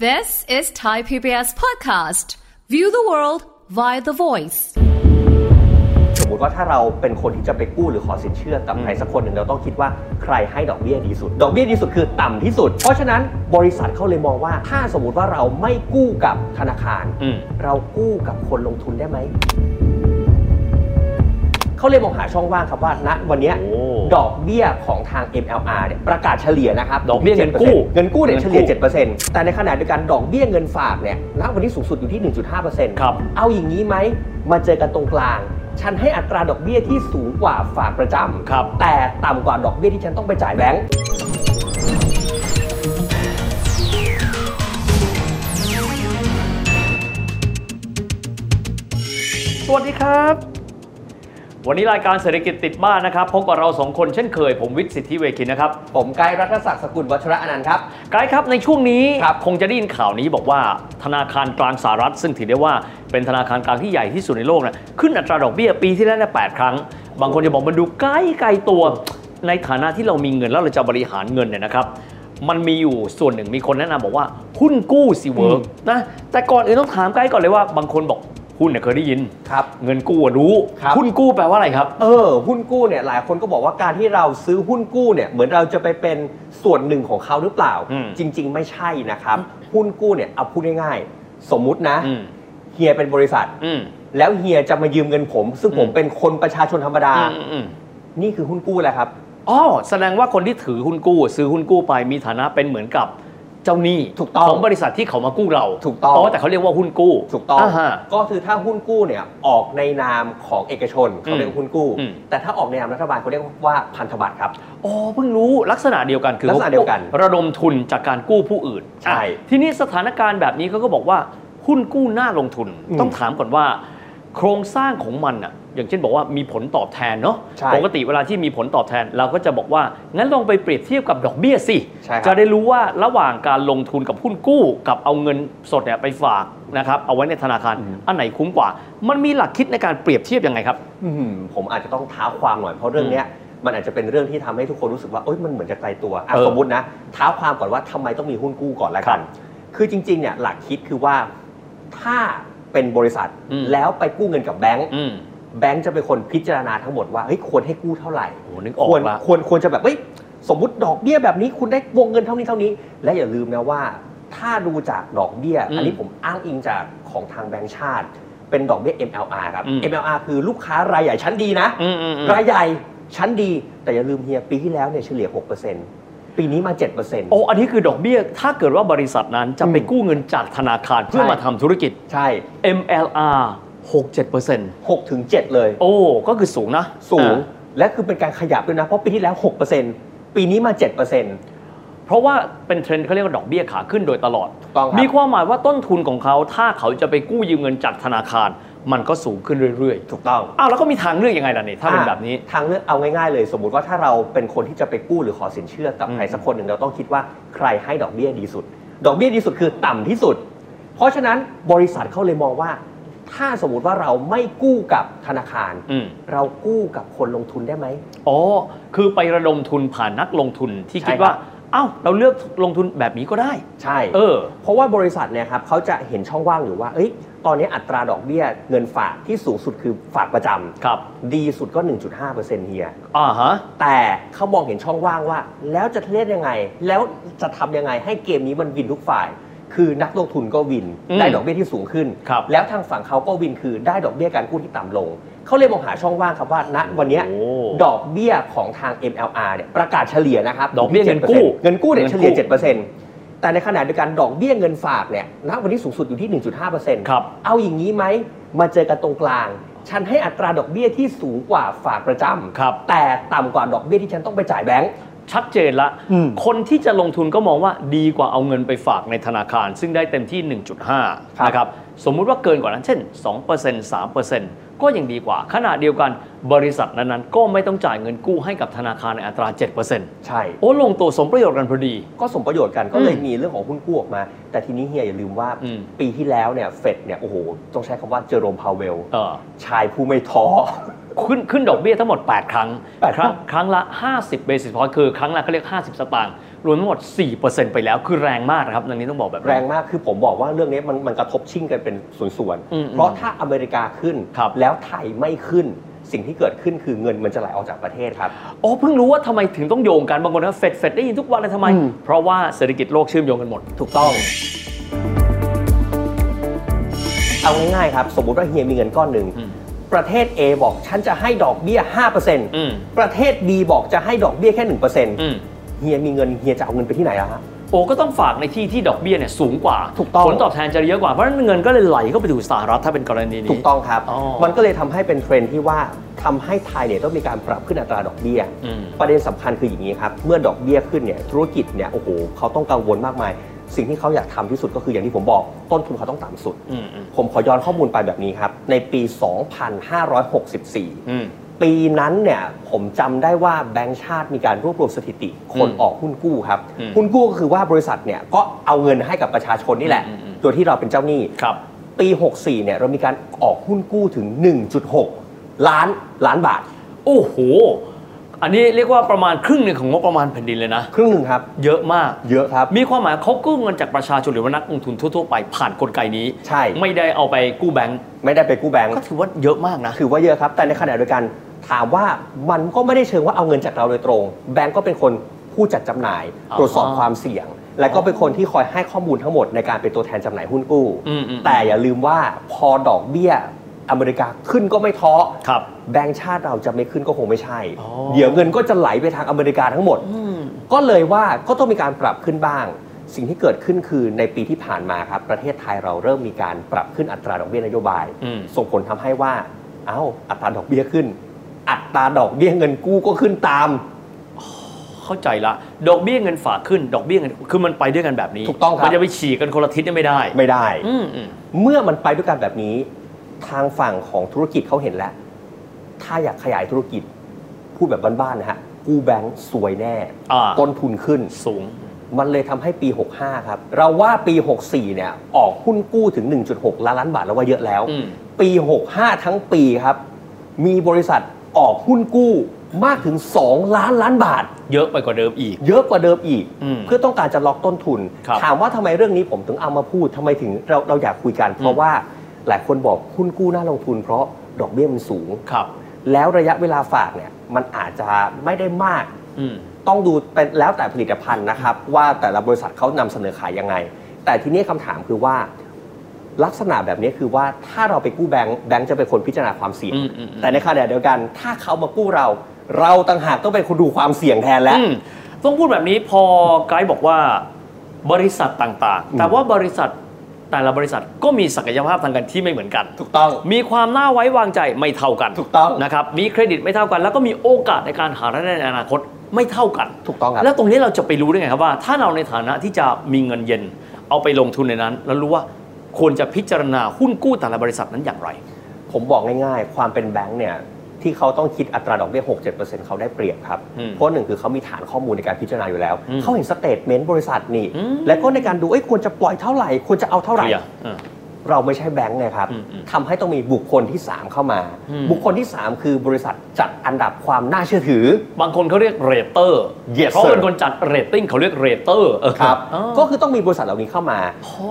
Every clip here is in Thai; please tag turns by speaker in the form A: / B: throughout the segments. A: This is Thai PBS Podcast. View the world via the voice.
B: สมมติว่าถ้าเราเป็นคนที่จะไปกู้หรือขอสินเชื่อกับใครสักคนหนึ่งเราต้องคิดว่าใครให้ดอกเบี้ยดีสุด ดอกเบี้ยดีสุดคือต่ำที่สุด เพราะฉะนั้นบริษัทเขาเลยมองว่า ถ้าสมมติว่าเราไม่กู้กับธนาคาร
C: อืม
B: เรากู้กับคนลงทุนได้ไหม เขาเลยมองหาช่องว่างครับว่าณวันเนี้ย
C: โอ้
B: ดอกเบี้ยของทาง MLR เนี่ยประกาศเฉลี่ยนะครับ
C: ดอกเบี้ยเงินกู้
B: 7%เงินกู้เนี่ย
C: เงิน
B: เฉ
C: กู้
B: ลี่ย 7%แต่ในขณะเดียวกันดอกเบี้ยเงินฝากเนี่ยณวันนี้สูงสุดอยู่ที่ 1.5%
C: ครับ
B: เอาอย่างนี้ไหมมาเจอกันตรงกลาง ฉันให้อัตราดอกเบี้ยที่สูงกว่าฝากประจำ
C: ครับ
B: แต่ต่ำกว่าดอกเบี้ยที่ฉันต้องไปจ่ายแบงก์
C: สวัสดีครับ วันนี้รายการเศรษฐกิจติดบ้านนะครับพบกับเราสองคนเช่นเคย ผมวิทย์สิทธิเวคินนะครับ
B: ผมไกด์รัฐศักดิ์สกุลวัชระอนันต์ครับ
C: ไกด์ครับในช่วงนี้
B: ครับ
C: งจะได้ยินข่าวนี้บอกว่า ธนาคารกลางสหรัฐ ซึ่งถือได้ว่าเป็นธนาคารกลางที่ใหญ่ที่สุดในโลกนะขึ้นอัตราดอกเบี้ยปีที่แล้วเนี่ยแครั้ง บางคนจะบอกมันดูใกล้ไกลตัว ในฐานะที่เรามีเงินแล้วเราจะบริหารเงินเนี่ยนะครับ มันมีอยู่ส่วนหนึ่งมีคนแนะนำบอกว่าหุ้นกู้สิเวิร์กนะแต่ก่อนอื่นต้องถามไกด์ก่อนเลยว่าบางคนบอกหุ้นเนี่ยเคยได้ยิน
B: ครับ
C: เงินกู้อะรู้
B: ครับ
C: หุ้นกู้แปลว่าอะไรครับ
B: เออหุ้นกู้เนี่ยหลายคนก็บอกว่าการที่เราซื้อหุ้นกู้เนี่ยเหมือนเราจะไปเป็นส่วนหนึ่งของเขาหรือเปล่า
C: อืม
B: จริง ๆ ไม่ใช่นะครับ หุ้นกู้เนี่ยเอาพูดง่ายๆ สมมุตินะ
C: อืม
B: เฮียเป็นบริษัท
C: อืม
B: แล้วเฮียจะมายืมเงินผม ซึ่งผม
C: อืม
B: เป็นคนประชาชนธรรมดา
C: อืมอืม
B: นี่คือหุ้นกู้แหละครับ
C: อ๋อแสดงว่าคนที่ถือหุ้นกู้ ซื้อหุ้นกู้ไปมีฐานะเป็นเหมือนกับเจ้าหนี้
B: ถูกต้อง
C: ของบริษัทที่เขามากู้เรา
B: ถูกต้อง
C: แต่เขาเรียกว่าหุ้นกู้
B: ถูกต้อง
C: าฮะ
B: ก็คือถ้าหุ้นกู้เนี่ยออกในนามของเอกชนเขาเรียกว่าหุ้นกู้
C: อืม
B: แต่ถ้าออกในนามรัฐบาลเขาเรียกว่าพันธบัตรครับ
C: อ๋อเพิ่งรู้ลักษณะเดียวกันคือ
B: ลักษณะเดียวกัน
C: ระดมทุนจากการกู้ผู้อื่น
B: ใช่
C: อ่ะทีนี้สถานการณ์แบบนี้เขาก็บอกว่าหุ้นกู้น่าลงทุน
B: อืม
C: ต้องถามก่อนว่า โครงสร้างของมันอ่ะอย่างเช่นบอกว่ามีผลตอบแทนเนาะ
B: ใช่
C: ปกติเวลาที่มีผลตอบแทนเราก็จะบอกว่า งั้นลองไปเปรียบเทียบกับดอกเบี้ยสิ
B: ใช่ครับ
C: จะได้รู้ว่าระหว่างการลงทุนกับหุ้นกู้ กับเอาเงินสดเนี่ยไปฝากนะครับเอาไว้ในธนาคารอันไหนคุ้มกว่า มันมีหลักคิดในการเปรียบเทียบยังไงครับ
B: อืมผมอาจจะต้องท้าความหน่อยเพราะเรื่องเนี้ยมันอาจจะเป็นเรื่องที่ทำให้ทุกคนรู้สึกว่าเอ้ยมันเหมือนจะไกลตัวอ่ะ
C: เออ
B: สมมตินะท้าความก่อนว่าทำไมต้องมีหุ้นกู้ก่อนละกัน คือจริงๆเนี่ยหลักคิดคือว่าถ้าเป็นบริษัท
C: อืม
B: แล้วไปกู้เงินกับแบงก์
C: อืม
B: แบงก์จะเป็นคนพิจารณาทั้งหมดว่าเฮ้ยควรให้กู้เท่าไหร่
C: โหนึกออ
B: ควร
C: กละ
B: ควรควรจะแบบเฮ้ยสมมติดอกเบี้ยแบบนี้คุณได้วงเงินเท่านี้เท่านี้ และอย่าลืมนะว่า ถ้าดูจากดอกเบี้ย
C: อืม
B: อันนี้ผมอ้างอิงจากของทางแบงก์ชาติ เป็นดอกเบี้ย MLR ครับ
C: อืม
B: MLR คือลูกค้ารายใหญ่ชั้นดีนะ
C: อืมอืมอืม
B: รายใหญ่ชั้นดี แต่อย่าลืมเฮียปีที่แล้วเนี่ยเฉลี่ย 6%ปีนี้มา 7%
C: โอ้ อันนี้คือดอกเบี้ย ถ้าเกิดว่าบริษัทนั้นจะไปกู้เงินจากธนาคารเพื่อมาทำธุรกิจ
B: ใช่
C: MLR 6-7%
B: หกถึงเจ็ดเลย
C: โอ้ ก็คือสูงนะ
B: สูง
C: อ่า
B: และคือเป็นการขยับด้วยนะ เพราะปีที่แล้ว 6%ปีนี้มา 7%ถ
C: เพราะว่าเป็นเทรนด์เขาเรียกว่าดอกเบี้ยขาขึ้นโดยตลอด
B: ูกต้องค
C: มี
B: รับ
C: ความหมายว่าต้นทุนของเขา ถ้าเขาจะไปกู้ยืมเงินจากธนาคาร มันก็สูงขึ้นเรื่อย
B: ถูกต้อง
C: ๆ อ้าว แล้วก็มีทางเลือกยังไงล่ะนี่ ถ้าเป็นแบบนี้
B: ทางเลือกเอาง่ายๆเลย สมมติว่าถ้าเราเป็นคนที่จะไปกู้หรือขอสินเชื่อกับ
C: อืม
B: ใครสักคนหนึ่งเราต้องคิดว่าใครให้ดอกเบี้ยดีสุด ดอกเบี้ยดีสุดคือต่ำที่สุด เพราะฉะนั้นบริษัทเขาเลยมองว่า ถ้าสมมติว่าเราไม่กู้กับธนาคาร
C: อืม
B: เรากู้กับคนลงทุนได้ไหม
C: อ๋อ คือไประดมทุนผ่านนักลงทุนที่คิด
B: ใช่ครับ
C: ว่า เอ้า เราเลือกลงทุนแบบนี้ก็ได้
B: ใช่
C: เออ
B: เพราะว่าบริษัทเนี่ยครับเขาจะเห็นช่องว่างอยู่ว่าเอ้ยตอนนี้อัตราดอกเบี้ยเงินฝากที่สูงสุดคือฝากประจำ
C: ครับ
B: ดีสุดก็ 1.5%เฮีย
C: อ่าฮะ
B: แต่เขามองเห็นช่องว่างว่า แล้วจะเล่นยังไง แล้วจะทำยังไงให้เกมนี้มันวินทุกฝ่าย คือนักลงทุนก็วิน
C: อืม
B: ได้ดอกเบี้ยที่สูงขึ้น
C: ครับ
B: แล้วทางฝั่งเขาก็วินคือได้ดอกเบี้ยการกู้ที่ต่ำลง เขาเลยมองหาช่องว่างครับว่าณวันเนี้ย
C: โอ้
B: ดอกเบี้ยของทาง MLR เนี่ยประกาศเฉลี่ยนะครับ
C: ดอกเบี้ยเงินกู้
B: 7%เงินกู้เนี่ย
C: เงิน
B: เฉ
C: กู้
B: ลี่ย 7%แต่ในขณะเดียวกันดอกเบี้ยเงินฝากเนี่ยณวันนี้สูงสุดอยู่ที่ 1.5%
C: ครับ
B: เอาอย่างนี้ไหมมาเจอกันตรงกลาง ฉันให้อัตราดอกเบี้ยที่สูงกว่าฝากประจำ
C: ครับ
B: แต่ต่ำกว่าดอกเบี้ยที่ฉันต้องไปจ่ายแบงก์
C: ชัดเจนละ
B: อืม
C: คนที่จะลงทุนก็มองว่าดีกว่าเอาเงินไปฝากในธนาคาร ซึ่งได้เต็มที่
B: ครับ
C: 1.5 นะครับ สมมุติว่าเกินกว่านั้น เช่น 2% 3%ก็ยังดีกว่า ขณะเดียวกันบริษัทนั้นๆ ก็ไม่ต้องจ่ายเงินกู้ให้กับธนาคารในอัตรา 7%
B: ใช่
C: โอ้ลงตัวสมประโยชน์กันพอดี
B: ก็สมประโยชน์กันก็เลย
C: อืม
B: มีเรื่องของหุ้นกู้ออกมา แต่ทีนี้เฮียอย่าลืมว่า
C: อืม
B: ปีที่แล้วเนี่ยเฟดเนี่ยโอ้โห ต้องใช้คำว่าเจอโรมพาวเวล
C: เออ
B: ชายผู้ไม่ท้อ
C: ขึ้นขึ้นดอกเบี้ยทั้งหมด 8 ครั้ง
B: แปด
C: ครั้งครั้งละ 50 basis point คือครั้งละเขาเรียก 50 สตางค์ รวมทั้งหมด 4%ไปแล้วคือแรงมากนะครับดังนี้ต้องบอกแบบนี้
B: แรงมากคือผมบอกว่าเรื่องนี้มันมันกระทบชิ่งกันเป็นส่วน
C: อืม
B: ๆ เพราะถ้าอเมริกาขึ้น
C: ครับ
B: แล้วไทยไม่ขึ้น สิ่งที่เกิดขึ้นคือเงินมันจะไหลออกจากประเทศครับ
C: โอ้เพิ่งรู้ว่าทำไมถึงต้องโยงกันบางคนนะเฟดเฟดได้ยินทุกวันเลยทำไม
B: อืม
C: เพราะว่าเศรษฐกิจโลกเชื่อมโยงกันหมด
B: ถูกต้อง เอาง่ายๆครับ สมมุติว่าเฮียมีเงินก้อนหนึ่ง
C: อืม
B: ประเทศ A บอกฉันจะให้ดอกเบี้ย 5%
C: อืม
B: ประเทศ B บอกจะให้ดอกเบี้ยแค่
C: อืม
B: 1%เฮียมีเงินเฮียจะเอาเงินไปที่ไหนอะฮะ
C: โอ้ก็ต้องฝากในที่ที่ดอกเบี้ยเนี่ยสูงกว่า
B: ถูกต้อง
C: ผลตอบแทนจะเยอะกว่า เพราะฉะนั้นเงินก็เลยไหลเข้าไปถูกสหรัฐถ้าเป็นกรณีนี้
B: ถูกต้องครับ
C: อ๋อ
B: มันก็เลยทำให้เป็นเทรนด์ที่ว่าทำให้ไทยเนี่ยต้องมีการปรับขึ้นอัตราดอกเบี้ย
C: อืม
B: ประเด็นสำคัญคืออย่างนี้ครับ เมื่อดอกเบี้ยขึ้นเนี่ยธุรกิจเนี่ยโอ้โหเขาต้องกังวลมากมาย สิ่งที่เขาอยากทำที่สุดก็คืออย่างที่ผมบอก ต้นทุนเขาต้องต่ำสุด
C: อืมอืม
B: ผมขอย้อนข้อมูลไปแบบนี้ครับ ในปี
C: อืม
B: 2564 ปีนั้นเนี่ยผมจำได้ว่าแบงก์ชาติมีการรวบรวมสถิติคน
C: อืม
B: ออกหุ้นกู้ครับ
C: อืม
B: หุ้นกู้ก็คือว่าบริษัทเนี่ยก็เอาเงินให้กับประชาชนนี่แหละ
C: อืมอืม
B: โดยที่เราเป็นเจ้าหนี้
C: ครับ
B: ปี 64 เนี่ยเรามีการออกหุ้นกู้ถึง 1.6 ล้านล้านบาท
C: โอ้โห อันนี้เรียกว่าประมาณครึ่งหนึ่งของงบประมาณแผ่นดินเลยนะ
B: ครึ่งหนึ่งครับ
C: เยอะมาก
B: เยอะครับ
C: มีความหมายเขากู้เงินจากประชาชนหรือว่านักลงทุนทั่ว ๆ ไปผ่านกลไกนี้
B: ใช่
C: ไม่ได้เอาไปกู้แบงก์
B: ไม่ได้ไปกู้แบงก์
C: ก็ถือว่าเยอะมากนะ
B: ถือว่าเยอะครับ แต่ในขณะเดียวกันถามว่ามันก็ไม่ได้เชิงว่าเอาเงินจากเราโดยตรง แบงก์ก็เป็นคนผู้จัดจำหน่าย
C: อ๋อ
B: ตรวจสอบความเสี่ยง และก็เป็นคนที่คอยให้ข้อมูลทั้งหมดในการเป็นตัวแทนจำหน่ายหุ้นกู้
C: อืมอืม
B: แต่อย่าลืมว่าพอดอกเบี้ยอเมริกาขึ้นก็ไม่ท้อ
C: ครับ
B: แบงก์ชาติเราจะไม่ขึ้นก็คงไม่ใช่
C: อ๋อ
B: เดี๋ยวเงินก็จะไหลไปทางอเมริกาทั้งหมด
C: อืม
B: ก็เลยว่าก็ต้องมีการปรับขึ้นบ้าง สิ่งที่เกิดขึ้นคือในปีที่ผ่านมาครับ ประเทศไทยเราเริ่มมีการปรับขึ้นอัตราดอกเบี้ยนโยบาย
C: อืม
B: ส่งผลทำให้ว่า เอ้า อัตราดอกเบี้ยขึ้น อัตราดอกเบี้ยเงินกู้ก็ขึ้นตาม
C: เข้าใจละ ดอกเบี้ยเงินฝากขึ้น ดอกเบี้ยเงินคือมันไปด้วยกันแบบนี้
B: ถูกต้องครับ
C: มันจะไปฉีกกันคนละทิศเนี่ยไม่ได้
B: ไม่ได้
C: อืมอืม
B: เมื่อมันไปด้วยกันแบบนี้ ทางฝั่งของธุรกิจเขาเห็นแล้ว ถ้าอยากขยายธุรกิจ พูดแบบบ้านๆนะฮะ กู้แบงก์สวยแน่
C: อ่า
B: ต้นทุนขึ้น
C: สูง
B: มันเลยทำให้ปี 65 ครับ เราว่าปี 64 เนี่ย ออกหุ้นกู้ถึง 1.6 ล้านล้านบาทแล้วว่าเยอะแล้ว
C: อืม
B: ปี 65 ทั้งปีครับ มีบริษัทออกหุ้นกู้มากถึง 2 ล้านล้านบาท
C: เยอะไปกว่าเดิมอีก
B: เยอะกว่าเดิมอีก
C: อืม
B: เพื่อต้องการจะล็อกต้นทุน
C: ครับ
B: ถามว่าทำไมเรื่องนี้ผมถึงเอามาพูดทำไมถึงเราเราอยากคุยกัน เพ
C: อื
B: ราะ
C: ม
B: ว่าหลายคนบอกหุ้นกู้น่าลงทุน เพราะดอกเบี้ยมันสูง
C: ครับ
B: แล้วระยะเวลาฝากเนี่ยมันอาจจะไม่ได้มาก
C: อืม
B: ต้องดูเป็นแล้วแต่ผลิตภัณฑ์นะครับ ว่าแต่ละบริษัทเขานำเสนอขายยังไง แต่ทีนี้คำถามคือว่า ลักษณะแบบนี้คือว่าถ้าเราไปกู้แบงค์แบงค์จะเป็นคนพิจารณาความเสี่ยง
C: อืมอืมอืม
B: แต่ในขณะเดียวกัน ถ้าเขามากู้เรา เราต่างหากต้องเป็นคนดูความเสี่ยงแทนแล้ว
C: อืมต้องพูดแบบนี้พอไกด์บอกว่าบริษัทต่าง
B: อื
C: ๆ
B: ม
C: แต่ว่าบริษัทแต่ละบริษัทก็มีศักยภาพทางการที่ไม่เหมือนกัน
B: ถูกต้อง
C: มีความน่าไว้วางใจไม่เท่ากัน
B: ถูกต้อง
C: นะครับ มีเครดิตไม่เท่ากัน แล้วก็มีโอกาสในการหารายได้ในอนาคตไม่เท่ากัน
B: ถูกต้องครับ
C: แล้วตรงนี้เราจะไปรู้ได้ไงครับว่า ถ้าเราในฐานะที่จะมีเงินเย็น เอาไปลงทุนในนั้น แล้วรู้ว่าควรจะพิจารณาหุ้นกู้แต่ละบริษัทนั้นอย่างไร
B: ผมบอกง่ายๆ ความเป็นแบงค์เนี่ยที่เขาต้องคิดอัตราดอกเบี้ย 6 7 เขาได้เปรียบครับ
C: อืม
B: เพราะหนึ่งคือเขามีฐานข้อมูลในการพิจารณาอยู่แล้ว
C: อืม
B: เขาเห็นสเตทเมนต์บริษัทนี่
C: อืม
B: และก็ในการดูเอ้ยควรจะปล่อยเท่าไหร่ ควรจะเอาเท่าไหร่
C: เคลียร์อ่า
B: เราไม่ใช่แบงค์ไงครับ
C: อืมอืม
B: ทำให้ต้องมีบุคคลที่ 3 เข้ามา
C: อืม
B: บุคคลที่ 3 คือบริษัทจัดอันดับความน่าเชื่อถือ
C: บางคนเขาเรียกเรเตอร์
B: Yes,
C: เพราะ
B: sir
C: เป็นคนจัดเรตติ้งเขาเรียกเรเตอร์เออ
B: ครับ
C: อ๋อ
B: ก็คือต้องมีบริษัทเหล่านี้เข้ามา
C: พ่อ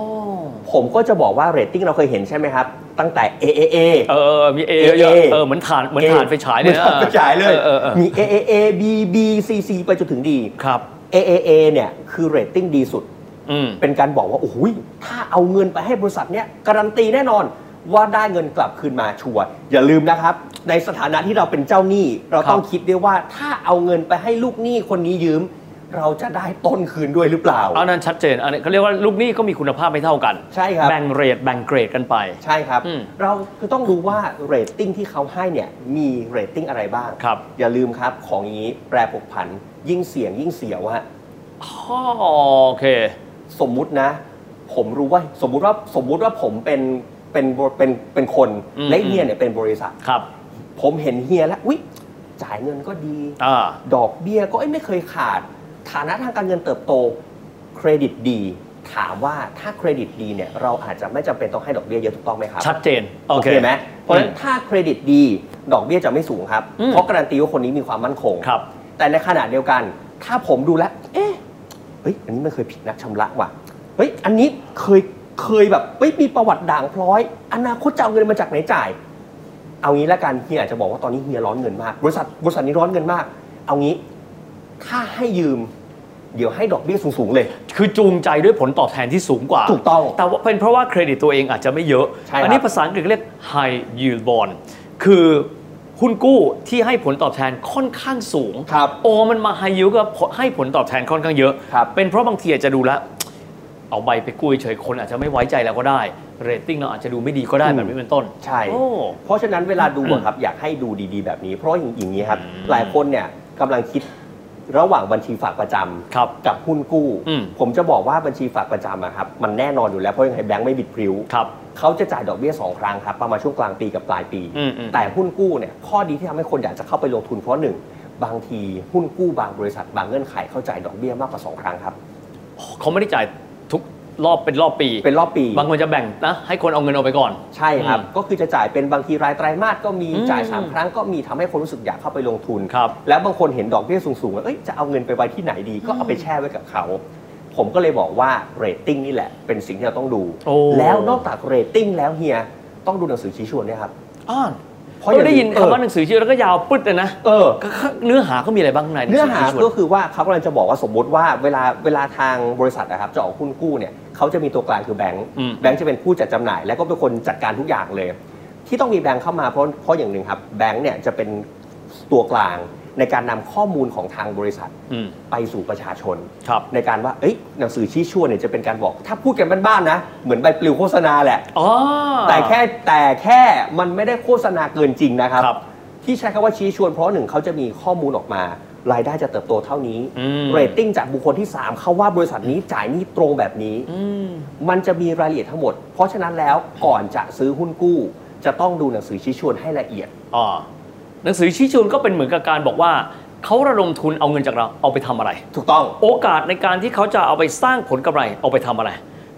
B: ผมก็จะบอกว่าเรตติ้งเราเคยเห็นใช่ไหมครับ ตั้งแต่ AAA
C: เออ มีเอ
B: AA
C: เยอะเออเหมือนฐานเหมือนฐานไฟฉายเลย
B: หมือ
C: นะ
B: ถ่านไฟฉายเลย
C: ออออเออ
B: มี AAA BB CC ไปจนถึง D
C: ครับ
B: AAA เนี่ยคือเรตติ้งดีสุด
C: อืม
B: เป็นการบอกว่า โอ้โหยถ้าเอาเงินไปให้บริษัทเนี้ยการันตีแน่นอนว่าได้เงินกลับคืนมาชัวร์อย่าลืมนะครับ ในสถานะที่เราเป็นเจ้าหนี้ เราต้อง
C: ครับ
B: คิดด้วยว่าถ้าเอาเงินไปให้ลูกหนี้คนนี้ยืม เราจะได้ต้นคืนด้วยหรือเปล่า
C: อันนั้นชัดเจน อันนี้เขาเรียกว่าลูกหนี้ก็มีคุณภาพไม่เท่ากัน
B: ใช่ครับ
C: แบ่งเรทแบ่งเกรดกันไป
B: ใช่ครับ
C: อืม
B: เราคือต้องรู้ว่าเรตติ้งที่เขาให้เนี่ยมีเรตติ้งอะไรบ้าง
C: ครับ
B: อย่าลืมครับของอย่างนี้แปรผกผัน ยิ่งเสี่ยงยิ่งเสียวฮะ
C: อ๋อโอเค
B: สมมุตินะ ผมรู้ว่าสมมุติว่าสมมุติว่าผมเป็นเป็นเป็นเป็นคน
C: อืม
B: และเฮียเนี่ยเป็นบริษัท
C: ครับ
B: ผมเห็นเฮียแล้วอุ๊ยจ่ายเงินก็ดี
C: อ่า
B: ดอกเบี้ยก็เอ้ยไม่เคยขาด ฐานะทางการเงินเติบโตเครดิตดี ถามว่าถ้าเครดิตดีเนี่ยเราอาจจะไม่จำเป็นต้องให้ดอกเบี้ยเยอะถูกต้องไหมครับ
C: ชัดเจน โอเค
B: ไหมเพราะฉะนั้นถ้าเครดิตดี ดอกเบี้ยจะไม่สูงครับ
C: อืม
B: เพราะการันตีว่าคนนี้มีความมั่นคง
C: ครับ
B: แต่ในขณะเดียวกัน ถ้าผมดูแล้ว เอ๊ะ เฮ้ยอันนี้มันเคยผิดนัดชำระว่ะเฮ้ยอันนี้เคยเคยแบบเฮ้ยมีประวัติด่างพร้อย อนาคตจะเอาเงินมาจากไหนจ่าย เอางี้ละกันเฮียอาจจะบอกว่าตอนนี้เฮียร้อนเงินมากบริษัทบริษัทนี้ร้อนเงินมาก เอางี้ถ้าให้ยืม เดี๋ยวให้ดอกเบี้ยสูงๆเลย
C: คือจูงใจด้วยผลตอบแทนที่สูงกว่า
B: ถูกต้อง
C: แต่ว่าเป็นเพราะว่าเครดิตตัวเองอาจจะไม่เยอะ
B: ใช่ครับ
C: อันี้ภาษาอังกฤษเรียก high yield bond คือหุ้นกู้ที่ให้ผลตอบแทนค่อนข้างสูง
B: ครับ
C: โอมันมา high yield ก็ให้ผลตอบแทนค่อนข้างเยอะ
B: ครับ
C: เป็นเพราะบางทีอาจจะดูแล้ว เอาใบไปกู้เฉยๆคนอาจจะไม่ไว้ใจเราก็ได้ เรตติ้งเราอาจจะดูไม่ดีก็ได้
B: อืม
C: แบบนี้เป็นต้น
B: ใช่
C: โอ้
B: เพราะฉะนั้นเวลาดูอะครับอยากให้ดูดีๆแบบนี้ เพราะอย่างอย่างนี้ครับ
C: อืม
B: หลายคนเนี่ยกำลังคิดระหว่างบัญชีฝากประจำ
C: ครับ
B: กับหุ้นกู้
C: อืม
B: ผมจะบอกว่าบัญชีฝากประจำอะครับมันแน่นอนอยู่แล้วเพราะยังไงแบงค์ไม่บิดพริ้ว
C: ครับ
B: เขาจะจ่ายดอกเบี้ย 2 ครั้งครับ ประมาณช่วงกลางปีกับปลายปี
C: อืมอืม
B: แต่หุ้นกู้เนี่ยข้อดีที่ทำให้คนอยากจะเข้าไปลงทุนเพราะหนึ่งบางทีหุ้นกู้บางบริษัทบางเงื่อนไขเข้าจ่ายดอกเบี้ยมากกว่า 2 ครั้งครับ
C: เขาไม่ได้จ่ายทุกรอบเป็นรอบปี
B: เป็นรอบปี
C: บางคนจะแบ่งนะให้คนเอาเงินออกไปก่อน
B: ใช่ครับ
C: อืม
B: ก็คือจะจ่ายเป็นบางทีรายไตรมาสก็มี
C: อืม
B: จ่าย 3 ครั้งก็มีทำให้คนรู้สึกอยากเข้าไปลงทุน
C: ครับ
B: แล้วบางคนเห็นดอกเบี้ยสูงๆแล้วเอ้ยจะเอาเงินไปไว้ที่ไหนดีก็เอาไปแช่ไว้กับเขา ผมก็เลยบอกว่าเรตติ้งนี่แหละเป็นสิ่งที่เราต้องดู
C: โอ้
B: แล้วนอกจากเรตติ้งแล้วเฮียต้องดูหนังสือชี้ชวนด้วยครับ
C: อ่าน
B: เพ
C: เพราะ
B: ราะอย่าลืม
C: ได้ยิน
B: เออ
C: คำว่าหนังสือชื่อแล้วก็ยาวปึ๊ดเลยนะ
B: เออ
C: ก็เนื้อหาเขามีอะไรบ้างข้างใน
B: เนื้อหา
C: ที่ชวน
B: ก็คือว่าเขากำลังจะบอกว่าสมมติว่าเวลาเวลาทางบริษัทนะครับจะออกหุ้นกู้เนี่ยเขาจะมีตัวกลางคือแบงค์
C: อืม
B: แบงค์จะเป็นผู้จัดจำหน่าย แล้วก็เป็นคนจัดการทุกอย่างเลย ที่ต้องมีแบงค์เข้ามาเพราะเพราะอย่างหนึ่งครับแบงค์เนี่ยจะเป็นตัวกลางในการนำข้อมูลของทางบริษัท
C: ม
B: ไปสู่ประชาชน
C: ครับ
B: ในการว่าเอ้ยหนังสือชี้ชวนเนี่ยจะเป็นการบอก ถ้าพูดกันบ้านๆนะ เหมือนใบปลิวโฆษณาแหละ
C: อ๋อ
B: แต่แค่แต่แค่มันไม่ได้โฆษณาเกินจริงนะครับ
C: ครับ
B: ที่ใช้คำว่าชี้ชวนเพราะหนึ่งเขาจะมีข้อมูลออกมา รายได้จะเติบโตเท่านี้
C: อืม
B: เรตติ้งจากบุคคลที่ 3 เขาว่าบริษัทนี้จ่ายหนี้ตรงแบบนี้
C: อืม
B: มันจะมีรายละเอียดทั้งหมด เพราะฉะนั้นแล้วก่อนจะซื้อหุ้นกู้ จะต้องดูหนังสือชี้ชวนให้ละเอียด
C: อ่า หนังสือชี้ชวนก็เป็นเหมือนกับการบอกว่า เขาระดมทุนเอาเงินจากเราเอาไปทำอะไร
B: ถูกต้อง
C: โอกาสในการที่เขาจะเอาไปสร้างผลกำไรเอาไปทำอะไร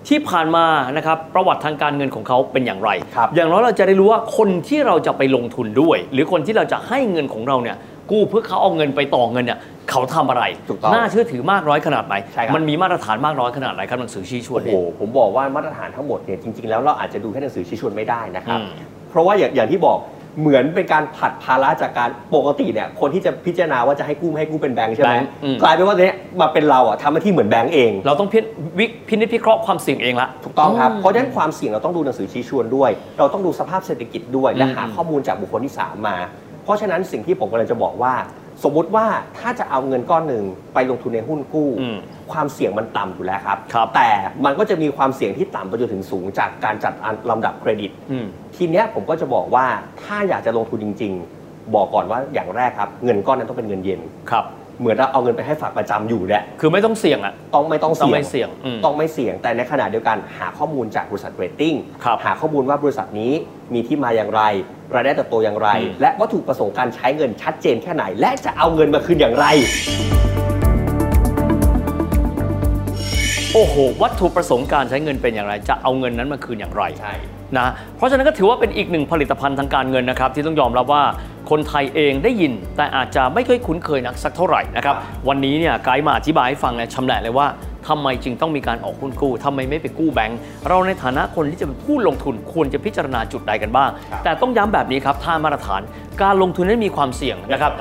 C: ที่ผ่านมานะครับประวัติทางการเงินของเขาเป็นอย่างไร
B: ครับ
C: อย่างน้อยเราจะได้รู้ว่าคนที่เราจะไปลงทุนด้วย หรือคนที่เราจะให้เงินของเราเนี่ยกู้เพื่อเขาเอาเงินไปต่อเงินเนี่ยเขาทำอะไร
B: ถูกต้อง
C: น่าเชื่อถือมากน้อยขนาดไหน
B: ใช่ครับ
C: มันมีมาตรฐานมากน้อยขนาดไหนครับหนังสือชี้ชวน
B: โอ้
C: เนี่
B: โห
C: ย
B: ผมบอกว่ามาตรฐานทั้งหมดเนี่ยจริงๆ แล้วเราอาจจะดูแค่หนังสือชี้ชวนไม่ได้นะครับ
C: อืม
B: เพราะว่าอย่างอย่างที่บอกเหมือนเป็นการผลัดภาระจากการปกติเนี่ยคนที่จะพิจารณาว่าจะให้กู้ไม่ให้กู้เป็นแบงค์ใช่ไหม
C: แบงค์อืม
B: กลายเป็นว่าเนี่ยมาเป็นเราอ่ะทำหน้าที่เหมือนแบงค์เอง
C: เราต้องพิวิพินิจพิเคราะห์ความเสี่ยงเองละ
B: ถูกต้องครับ เพราะฉะนั้นความเสี่ยงเราต้องดูหนังสือชี้ชวนด้วย เราต้องดูสภาพเศรษฐกิจด้วย และ
C: อืม
B: หาข้อมูลจากบุคคลที่ 3 มา เพราะฉะนั้นสิ่งที่ผมกำลังจะบอกว่า สมมุติว่าถ้าจะเอาเงินก้อนหนึ่งไปลงทุนในหุ้นกู้
C: อืม
B: ความเสี่ยงมันต่ำอยู่แล้วครับ
C: ครับ
B: แต่มันก็จะมีความเสี่ยงที่ต่ำไปจนถึงสูงจากการจัดอันลำดับเครดิต
C: อืม
B: ทีเนี้ยผมก็จะบอกว่าถ้าอยากจะลงทุนจริง ๆ บอกก่อนว่าอย่างแรกครับ เงินก้อนนั้นต้องเป็นเงินเย็น
C: ครับ
B: เหมือนเราเอาเงินไปให้ฝากประจำอยู่แหละ
C: คือไม่ต้องเสี่ยงอ่ะ
B: ต้องไม่ต้อง
C: ต้อง
B: เสี่ย
C: ไม่
B: ง
C: เสี่ยงอืม
B: ต้องไม่เสี่ยงแต่ในขณะเดียวกันหาข้อมูลจากบริษัทเรตติ้ง
C: ครับ
B: หาข้อมูลว่าบริษัทนี้มีที่มาอย่างไร รายได้เติบโตอย่างไร
C: อืม
B: และวัตถุประสงค์การใช้เงินชัดเจนแค่ไหน และจะเอาเงินมาคืนอย่างไร
C: โอ้โห วัตถุประสงค์การใช้เงินเป็นอย่างไร จะเอาเงินนั้นมาคืนอย่างไร นะ เพราะฉะนั้นก็ถือว่าเป็นอีกหนึ่งผลิตภัณฑ์ทางการเงินนะครับ ที่ต้องยอมรับว่าคนไทยเองได้ยิน แต่อาจจะไม่ค่อยคุ้นเคยนักสักเท่าไหร่นะครับ วันนี้เนี่ยไกด์มาอธิบายให้ฟังเนี่ยชำแหละเลยว่าทำไมจึงต้องมีการออกหุ้นกู้ทำไมไม่ไปกู้แบงก์เราในฐานะคนที่จะเป็นผู้ลงทุนควรจะพิจารณาจุดใดกันบ้าง
B: ครับ
C: แต่ต้องย้ำแบบนี้ครับถ้ามาตรฐานการลงทุนนั้นมีความเสี่ยงนะครับ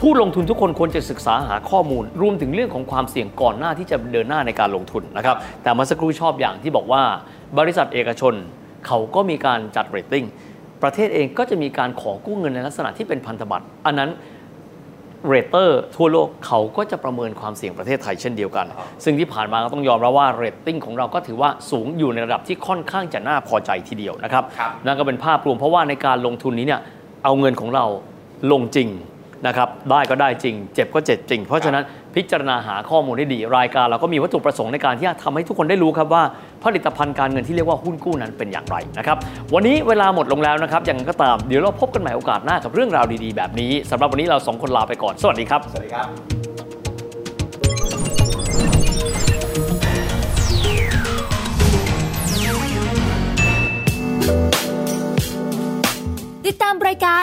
C: ผู้ลงทุนทุกคนควรจะศึกษาหาข้อมูล รวมถึงเรื่องของความเสี่ยงก่อนหน้าที่จะเดินหน้าในการลงทุนนะครับแต่เมาสักครู่ชอบอย่างที่บอกว่า บริษัทเอกชน เขาก็มีการจัดเรตติ้งประเทศเองก็จะมีการขอกู้เงินในลักษณะที่เป็นพันธบัตรอันนั้น เรตเตอร์ทั่วโลกเขาก็จะประเมินความเสี่ยงประเทศไทยเช่นเดียวกัน ซึ่งที่ผ่านมาก็ต้องยอมรับว่าเรตติ้งของเราก็ถือว่าสูงอยู่ในระดับที่ค่อนข้างจะน่าพอใจทีเดียวนะครับ
B: ครับ
C: นั่นก็เป็นภาพรวมเพราะว่าในการลงทุนนี้เนี่ยเอาเงินของเราลงจริงนะครับได้ก็ได้จริง เจ็บก็เจ็บจริง เพราะฉะนั้นพิจารณาหาข้อมูลให้ดี รายการเราก็มีวัตถุประสงค์ในการที่จะทำให้ทุกคนได้รู้ครับว่าผลิตภัณฑ์การเงินที่เรียกว่าหุ้นกู้นั้นเป็นอย่างไรนะครับวันนี้เวลาหมดลงแล้วนะครับอย่างไรก็ตามเดี๋ยวเราพบกันใหม่โอกาสหน้ากับเรื่องราวดีๆ แบบนี้สำหรับวันนี้เราสองคนลาไปก่อนสวัสดีครับ
B: สวัสดีครับ
D: ติดตามรายการ